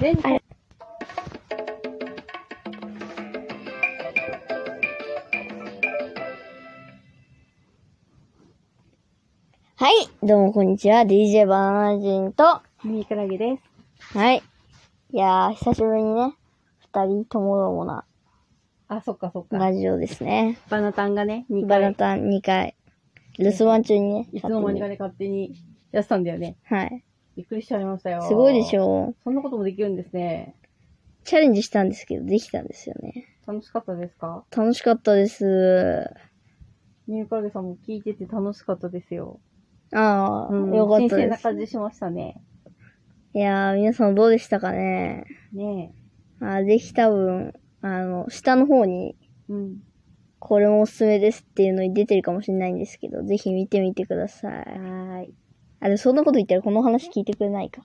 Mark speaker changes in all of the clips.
Speaker 1: 全
Speaker 2: あれはい、どうもこんにちは、DJ バナナ人と、は
Speaker 1: ミクラゲです。
Speaker 2: い。いやー、久しぶりにね、二人ともどもな
Speaker 1: あ、そっかそっか。
Speaker 2: ラジオですね。
Speaker 1: バナタンがね、2
Speaker 2: バ
Speaker 1: 回、
Speaker 2: ナタン2回、留守番中にね、
Speaker 1: いつの間にかね、勝手にやってたんだよね。
Speaker 2: はい。
Speaker 1: びっくりしちゃいましたよ。
Speaker 2: すごいでしょ
Speaker 1: そんなこともできるんですね。
Speaker 2: チャレンジしたんですけど、できたんですよね。
Speaker 1: 楽しかったですか
Speaker 2: 楽しかったです。
Speaker 1: ミクラゲさんも聞いてて楽しかったですよ。
Speaker 2: ああ、
Speaker 1: うん
Speaker 2: よかっ
Speaker 1: 新
Speaker 2: た
Speaker 1: 鮮
Speaker 2: で
Speaker 1: な
Speaker 2: す。
Speaker 1: 感じしましたね。
Speaker 2: いやー、皆さんどうでしたかね。
Speaker 1: ね
Speaker 2: あーぜひ多分、あの、下の方に、
Speaker 1: え。うん。
Speaker 2: これもおすすめですっていうのに出てるかもしれないんですけど、ぜひ見てみてくださ。
Speaker 1: はいーい。
Speaker 2: あ、でもそんなこと言ったらこの話聞いてくれないか。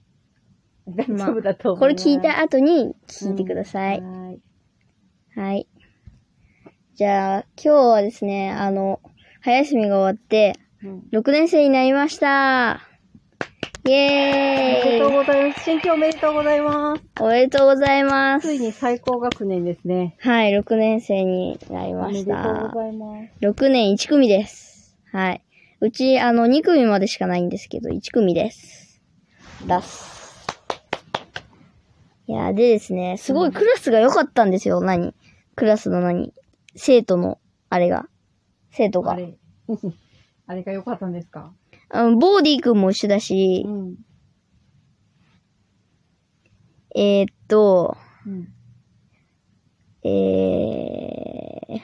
Speaker 1: 大丈夫だと思
Speaker 2: これ聞い
Speaker 1: た
Speaker 2: た後に聞いてください。
Speaker 1: はーい。
Speaker 2: はい。じゃあ、今日はですね、あの、早休みが終わって、
Speaker 1: うん
Speaker 2: 6年生になりました。イ
Speaker 1: おめで
Speaker 2: エ
Speaker 1: とう
Speaker 2: ーイ
Speaker 1: ございます。新規おめでとうございます。
Speaker 2: おめでとうございます
Speaker 1: つ。いに最高学年ですね。
Speaker 2: はい、6年生になり
Speaker 1: お
Speaker 2: ま
Speaker 1: めで
Speaker 2: し
Speaker 1: とう
Speaker 2: た
Speaker 1: ご。ざいます。
Speaker 2: 6年1組です。はい。うち、あの、2組までしかないんですけど、1組です。出す。いや、でですね、すごいクラスが良かったんですよ、何クラスの何生徒の、あれが。生徒
Speaker 1: あ
Speaker 2: が。
Speaker 1: れ、 あれが良かったんですか
Speaker 2: あの、ボーディー君も一緒だし
Speaker 1: う、ん。
Speaker 2: えー、っと、
Speaker 1: うん。
Speaker 2: えー、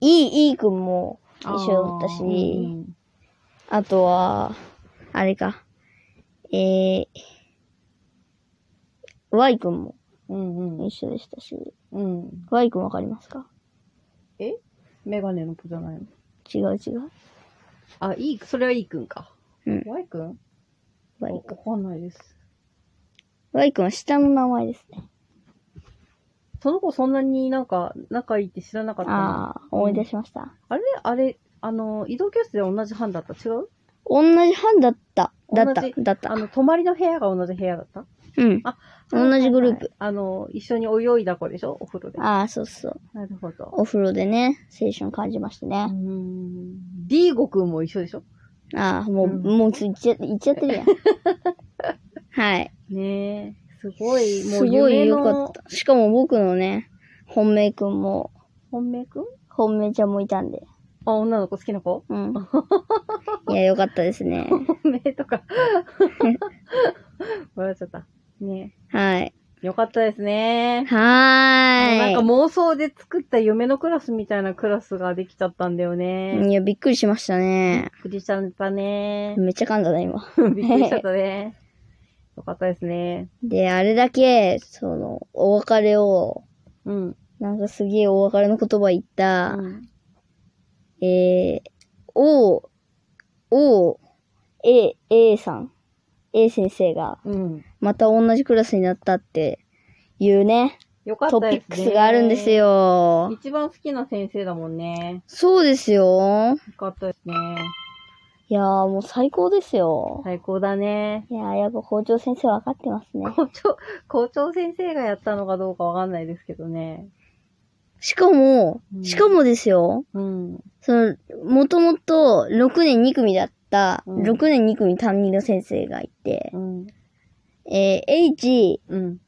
Speaker 2: いい、いい君も一緒だった
Speaker 1: あ
Speaker 2: し、
Speaker 1: ーうん
Speaker 2: あとは、あれか。えー、Y 君も
Speaker 1: うんうん。
Speaker 2: 一緒でしたし、
Speaker 1: うん。
Speaker 2: Y 君わかりますか
Speaker 1: えメガネの子じゃないの
Speaker 2: 違う違う。
Speaker 1: あ、いい、それはいいくんか。
Speaker 2: うん、
Speaker 1: ワイくん
Speaker 2: Y
Speaker 1: わ
Speaker 2: 君。
Speaker 1: かんないです。
Speaker 2: Y 君は下の名前ですね。
Speaker 1: その子そんなになんか仲いいって知らなかったの
Speaker 2: ああ、思い出しました。
Speaker 1: あれあれ、あの、移動教室で同じ班だった違う
Speaker 2: 同じ班だった。だった
Speaker 1: 同じ。
Speaker 2: だっ
Speaker 1: あ
Speaker 2: た。
Speaker 1: の、泊まりの部屋が同じ部屋だった
Speaker 2: うん。
Speaker 1: あ、
Speaker 2: 同じグループ。
Speaker 1: あの、一緒に泳いだ子でしょお風呂で。
Speaker 2: ああ、そうそう。
Speaker 1: なるほど。
Speaker 2: お風呂でね、青春感じました
Speaker 1: うー
Speaker 2: ね。
Speaker 1: ん。ディーゴくんも一緒でしょ
Speaker 2: ああ、もう、
Speaker 1: うん
Speaker 2: もう、ついっちゃ、いっちゃってる やん。はい。
Speaker 1: ねえ。すごい、も
Speaker 2: す
Speaker 1: う
Speaker 2: ご
Speaker 1: 夢
Speaker 2: い良か
Speaker 1: の
Speaker 2: っ。た。しかも僕のね、本命くんも、
Speaker 1: 本命くん
Speaker 2: 本命ちゃんもいたんで。
Speaker 1: あ、女の子好きな子
Speaker 2: うん。いや、よかったですね。
Speaker 1: 本命と か。笑っちゃった。ね
Speaker 2: はい。
Speaker 1: え。よかったですね。
Speaker 2: は
Speaker 1: なんか
Speaker 2: ー
Speaker 1: 妄想で作った夢のクラスみたいなクラスができちゃったんだよね。
Speaker 2: い。いや、びっくりしましたね。
Speaker 1: クリちゃんだね。
Speaker 2: めっちゃ噛んだな、今。
Speaker 1: びっくりしちゃった ね。よかったですね。
Speaker 2: で、あれだけ、その、お別れを、
Speaker 1: うん。
Speaker 2: なんかすげえお別れの言葉言った
Speaker 1: う、ん
Speaker 2: えー、O、O、A、A さん、A 先生が、
Speaker 1: うん。
Speaker 2: また同じクラスになったっていうね、
Speaker 1: よかった
Speaker 2: ト
Speaker 1: です
Speaker 2: ピ
Speaker 1: ね。
Speaker 2: ックスがあるんです。よ。
Speaker 1: 一番好きな先生だもんね。
Speaker 2: そうですよ。
Speaker 1: よかったですね。
Speaker 2: いやー、もう最高ですよ。
Speaker 1: 最高だね。
Speaker 2: いやー、やっぱ校長先生分かってますね。
Speaker 1: 校長、校長先生がやったのかどうかわかんないですけどね。
Speaker 2: しかも
Speaker 1: う、ん
Speaker 2: しかもですよ、
Speaker 1: うん。
Speaker 2: その、もともと6年2組だった、
Speaker 1: うん
Speaker 2: 6年2組担任の先生がいて
Speaker 1: う、ん。
Speaker 2: えー、H、
Speaker 1: うん。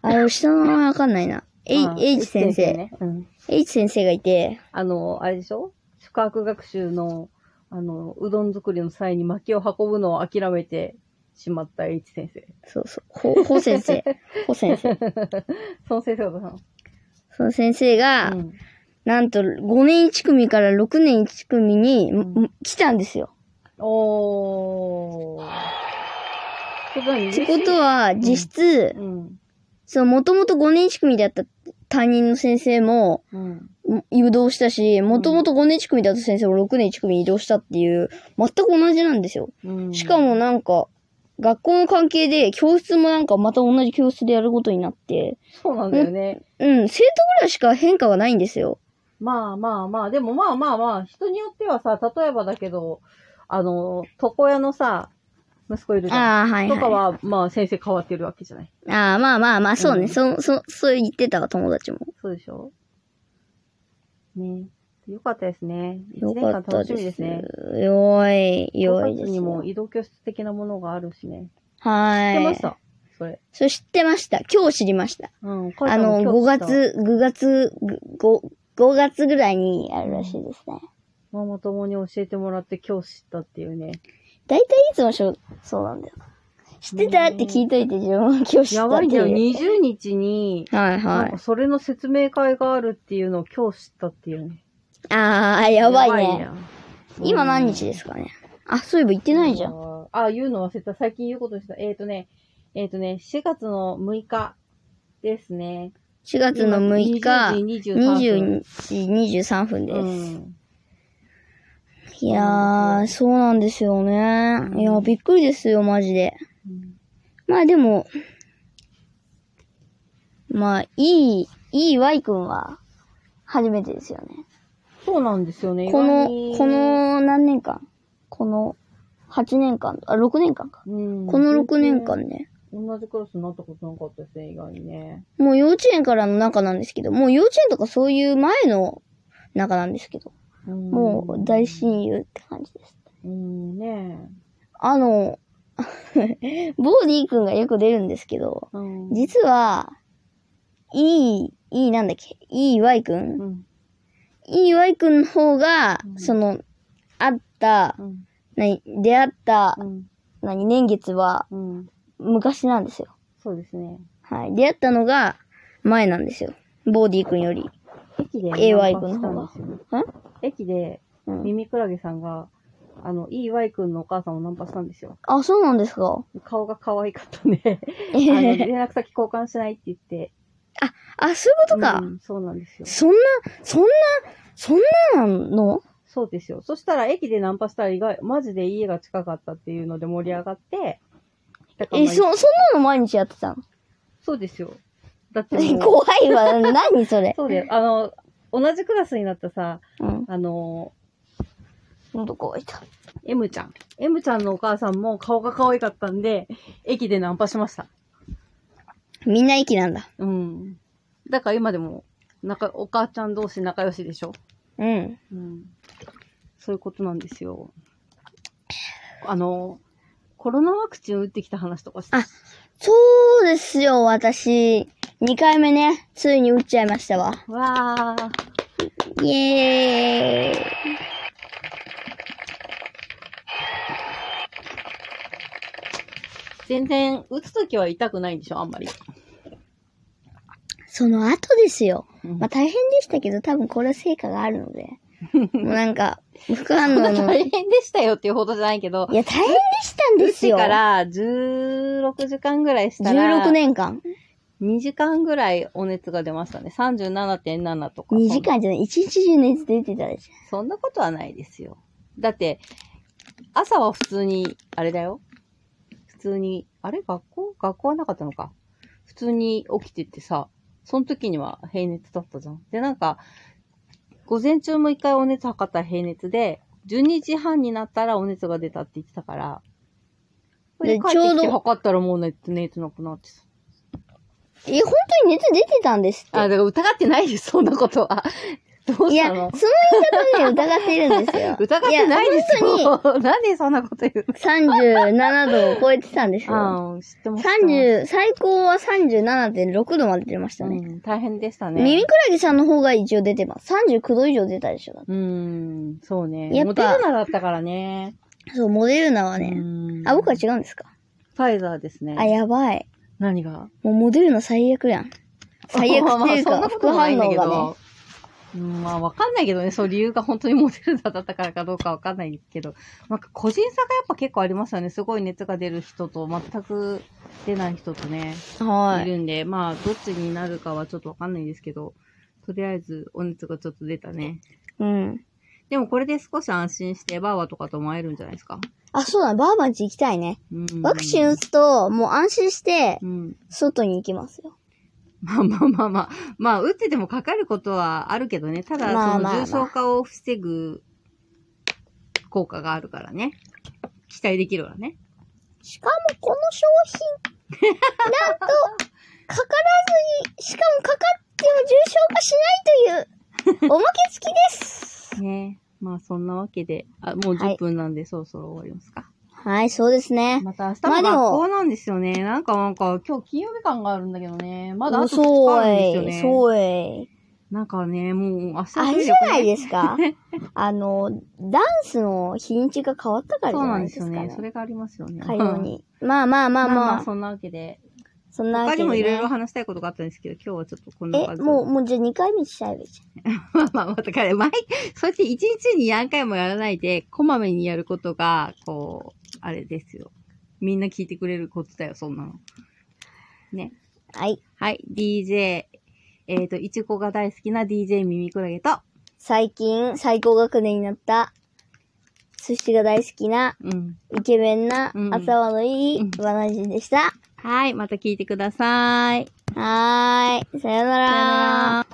Speaker 2: あの、下の名前わかんないな。H,
Speaker 1: あ
Speaker 2: H 先生、
Speaker 1: ね。うん。
Speaker 2: H 先生がいて、
Speaker 1: あの、あれでしょ宿泊学習の、あの、うどん作りの際に薪を運ぶのを諦めてしまった H 先生。
Speaker 2: そうそう、ほ、ほ先生、ほ先生。
Speaker 1: その先生だっ
Speaker 2: その先生
Speaker 1: た
Speaker 2: が、
Speaker 1: の。うん。
Speaker 2: なんと5年1組から6年1組に、
Speaker 1: うん
Speaker 2: ん来たんですよ。
Speaker 1: おー。すごい
Speaker 2: ってことは、実質、
Speaker 1: うん。
Speaker 2: その、もともと5年1組だった担任の先生も、
Speaker 1: うん。
Speaker 2: 移動したし、もともと5年1組だった先生も6年1組に移動したっていう、全く同じなんですよ。
Speaker 1: うん。
Speaker 2: しかもなんか、学校の関係で、教室もなんかまた同じ教室でやることになって、
Speaker 1: そうなんだよね。
Speaker 2: うん、生徒ぐらいしか変化がないんですよ。
Speaker 1: まあまあまあ、でもまあまあまあ、人によってはさ、例えばだけど、あの、床屋のさ、息子いるじゃん。
Speaker 2: ああ、はい、は
Speaker 1: と
Speaker 2: い。
Speaker 1: かは、まあ先生変わってるわけじゃない。
Speaker 2: ああ、まあまあまあ、そうね。
Speaker 1: うん
Speaker 2: そ、そ、そう言ってたわ、友達も。
Speaker 1: そうでしょねよかったですね。
Speaker 2: よ
Speaker 1: 1年
Speaker 2: か
Speaker 1: 間
Speaker 2: った
Speaker 1: 楽し
Speaker 2: で。
Speaker 1: みですすね。
Speaker 2: よい、よい
Speaker 1: 5
Speaker 2: で
Speaker 1: 月
Speaker 2: す
Speaker 1: に
Speaker 2: よ。
Speaker 1: も移動教室的なものがあるしね。
Speaker 2: はい。
Speaker 1: 知ってました。それ。
Speaker 2: それ知ってました。今日知りました。
Speaker 1: うん。母ち
Speaker 2: あ
Speaker 1: ゃんも
Speaker 2: の、5
Speaker 1: 今日知った。
Speaker 2: 月、5月、5、5月ぐらいにあるらしいですね。
Speaker 1: ママ友に教えてもらって今日知ったっていうね。
Speaker 2: だいたいいつもしょ、そうなんだよ。知ってたって聞いといて、自分は今日知
Speaker 1: や
Speaker 2: ったっ
Speaker 1: ば
Speaker 2: て
Speaker 1: いんだよ。
Speaker 2: いう。
Speaker 1: 20日に、
Speaker 2: はい
Speaker 1: な
Speaker 2: は
Speaker 1: んか
Speaker 2: い。
Speaker 1: それの説明会があるっていうのを今日知ったっていうね。
Speaker 2: あー、やばいね。
Speaker 1: うん
Speaker 2: 今何日ですかね。あ、そういえば行ってないじゃん。
Speaker 1: ん。あ、言うの忘れた。最近言うことにした。えっ、ー、とね、えっ、ー、とね、4月の6日ですね。
Speaker 2: 4月の6日、
Speaker 1: 20時23分
Speaker 2: 20時23分で
Speaker 1: う
Speaker 2: す。
Speaker 1: ん。
Speaker 2: いやー、そうなんですよね。いやー、びっくりですよ、マジで。
Speaker 1: うん
Speaker 2: まあでも、まあ、いい、いい Y 君は、初めてですよね。
Speaker 1: そうなんですよね。
Speaker 2: この
Speaker 1: 意外、に
Speaker 2: こ、の何年間この、8年間、あ、6年間か。
Speaker 1: うん
Speaker 2: この6年間ね。
Speaker 1: 同じクラスになったことなかったですね、意外にね。
Speaker 2: もう幼稚園からの中なんですけど、もう幼稚園とかそういう前の中なんですけど、もう大親友って感じです。
Speaker 1: うん、ねえ。
Speaker 2: あの、 ボーディー君がよく出るんですけど、
Speaker 1: うん。
Speaker 2: 実は、いい、いいなんだっけ、いい Y 君
Speaker 1: うん。
Speaker 2: いい Y 君の方が
Speaker 1: う、ん
Speaker 2: その、あった
Speaker 1: う、ん。
Speaker 2: 何、出会った
Speaker 1: う、ん。
Speaker 2: 何、年月は
Speaker 1: うん。
Speaker 2: 昔なんですよ。
Speaker 1: そうですね。
Speaker 2: はい。出会ったのが前なんですよ。ボーディー君より。
Speaker 1: 駅で、
Speaker 2: AY 君の方が
Speaker 1: ナンパしたんですよ
Speaker 2: ん
Speaker 1: 駅で、
Speaker 2: うん、
Speaker 1: 耳クラゲさんが、あの、いい Y 君のお母さんをナンパしたんですよ。
Speaker 2: あ、そうなんですか。
Speaker 1: 顔が可愛かった ね。あの、連
Speaker 2: え
Speaker 1: 絡先交換しないって言って。
Speaker 2: あ、そういうことか。
Speaker 1: うんそうなんですよ。
Speaker 2: そんな、そんな、そんななの
Speaker 1: そうですよ。そしたら駅でナンパしたら意外、マジで家が近かったっていうので盛り上がって、だから
Speaker 2: え、
Speaker 1: まあ
Speaker 2: そ、そんなの毎日やってたの
Speaker 1: そうですよ。だってもう、
Speaker 2: 怖いわ。 何それ。
Speaker 1: そうだよ。あの、同じクラスになったさ、
Speaker 2: うん。
Speaker 1: あの、
Speaker 2: ほんと怖いと。
Speaker 1: M ちゃん。M ちゃんのお母さんも顔が可愛かったんで、駅でナンパしました。
Speaker 2: みんな息なんだ。
Speaker 1: うん。だから今でも、仲、お母ちゃん同士仲良しでしょ
Speaker 2: うん。
Speaker 1: うん。そういうことなんですよ。あの、コロナワクチン打ってきた話とかして
Speaker 2: あそうですよ、私。2回目ね、ついに打っちゃいましたわ。
Speaker 1: わー。
Speaker 2: イエーイ。
Speaker 1: 全然、打つときは痛くないんでしょあんまり。
Speaker 2: その後ですよ。
Speaker 1: うん
Speaker 2: まあ、大変でしたけど、多分これは成果があるの で。もうなんか、副反応の。い
Speaker 1: 大変でしたよっていうほどじゃないけど、
Speaker 2: や、大変でしたん
Speaker 1: 打
Speaker 2: で
Speaker 1: っ
Speaker 2: す
Speaker 1: て
Speaker 2: よ。
Speaker 1: から16時間ぐらいしたら、
Speaker 2: 16年間。
Speaker 1: 2時間ぐらいお熱が出ましたね。37.7とか。
Speaker 2: 2時間じゃない、1日中熱出てたでし
Speaker 1: そんなことはないですよ。だって、朝は普通に、あれだよ。普通に、あれ学校学校はなかったのか。普通に起きててさ、その時には平熱だったじゃん。で、なんか、午前中も一回お熱測ったら平熱で、12時半になったらお熱が出たって言ってたから、それで
Speaker 2: で
Speaker 1: 帰ってき
Speaker 2: ちょう
Speaker 1: て
Speaker 2: ど
Speaker 1: 測ったらもう熱、熱なくなってた。
Speaker 2: ょ。え、本当に熱出てたんですって。
Speaker 1: あ、だから疑ってないです、そんなことは。どう
Speaker 2: い
Speaker 1: し
Speaker 2: や、
Speaker 1: た
Speaker 2: その
Speaker 1: の。
Speaker 2: 言い方で疑ってるんですよ
Speaker 1: 疑ってないです
Speaker 2: いや本
Speaker 1: よ。 なんでそんなこと言うの
Speaker 2: 当に37度を超えてたんですよ。
Speaker 1: ああ、知ってます。
Speaker 2: 30、最高は37.6度まで出ました
Speaker 1: う
Speaker 2: ね。
Speaker 1: ん、大変でしたね。
Speaker 2: ミミクラゲさんの方が一応出てます。39度以上出たでしょ。
Speaker 1: うん、そうね。
Speaker 2: やっぱ
Speaker 1: モデルナだったからね。
Speaker 2: そう、モデルナは
Speaker 1: う
Speaker 2: ね。
Speaker 1: ん
Speaker 2: あ、僕は違うんですか
Speaker 1: ファイザーです
Speaker 2: あ、
Speaker 1: ね。
Speaker 2: やばい。
Speaker 1: 何が
Speaker 2: もうモデルナ最悪やん。最悪っていう
Speaker 1: まあまあそ
Speaker 2: か、
Speaker 1: んなこ
Speaker 2: 副
Speaker 1: ともないんだ
Speaker 2: 反応
Speaker 1: け
Speaker 2: がね。
Speaker 1: ど。うん、まあ、わかんないけどね。そう、理由が本当にモデルナだったからかどうかわかんないけど。なんか、個人差がやっぱ結構ありますよね。すごい熱が出る人と、全く出ない人とね、、
Speaker 2: はいい。
Speaker 1: るんで、まあ、どっちになるかはちょっとわかんないですけど、とりあえず、お熱がちょっと出たね。
Speaker 2: うん。
Speaker 1: でもこれで少し安心してバーバとかとも会えるんじゃないですか。
Speaker 2: あ、そうだ、バーバンチ行きたいね。
Speaker 1: うん
Speaker 2: ワクチン打つと、もう安心して、
Speaker 1: うん。
Speaker 2: 外に行きますよ。
Speaker 1: まあまあまあまあ。まあ、打っててもかかることはあるけどね。ただ、
Speaker 2: まあ
Speaker 1: そ
Speaker 2: まあ
Speaker 1: の
Speaker 2: まあ
Speaker 1: 重症化を防ぐ効果があるからね。期待できるわね。
Speaker 2: しかもこの商品、 なんと、かからずに、しかもかかっても重症化しない という、おまけ付きです。
Speaker 1: ねまあそんなわけで、あ、もう
Speaker 2: はい
Speaker 1: 10分なんでそろそろ終わりますか。
Speaker 2: はい、そうですね。
Speaker 1: また明日
Speaker 2: ま
Speaker 1: も
Speaker 2: あでも
Speaker 1: 学校なんですよね。なんかなんか今日金曜日感があるんだけどね。まだあと2日
Speaker 2: そう
Speaker 1: あるんですよ
Speaker 2: え
Speaker 1: ね。
Speaker 2: い、そうえい。
Speaker 1: なんかね、もう明日
Speaker 2: あれじゃないですかあの、ダンスの日にちが変わったからじ
Speaker 1: そ
Speaker 2: ゃ
Speaker 1: うな
Speaker 2: ない
Speaker 1: んで
Speaker 2: で
Speaker 1: すす
Speaker 2: か
Speaker 1: よ
Speaker 2: ね。
Speaker 1: ね。それがありますよね。
Speaker 2: 会話に。まあまあまあまあ、
Speaker 1: そんなわけで。
Speaker 2: そんなわ
Speaker 1: 他
Speaker 2: け
Speaker 1: にも
Speaker 2: で、ね。
Speaker 1: いろいろ話したいことがあったんですけど、今日はちょっとこんな
Speaker 2: え、
Speaker 1: 感じで。
Speaker 2: もう、もうじゃあ2回目にしちゃえばいいじ
Speaker 1: まあまあ、またから、毎、そうやって一日に何回もやらないで、こまめにやることが、こう、あれですよ。みんな聞いてくれることだよ、そんなの。ね。
Speaker 2: ゃん。はい。
Speaker 1: はい、DJ、えっ、と、いちごが大好きな DJ ミミクラゲと、
Speaker 2: 最近、最高学年になった、寿司が大好きな、
Speaker 1: うん。
Speaker 2: イケメンな、
Speaker 1: うん
Speaker 2: 頭のいい、
Speaker 1: うん
Speaker 2: バナジンでした。
Speaker 1: はい、また聞いてください。
Speaker 2: はーい。さよなら
Speaker 1: さよなら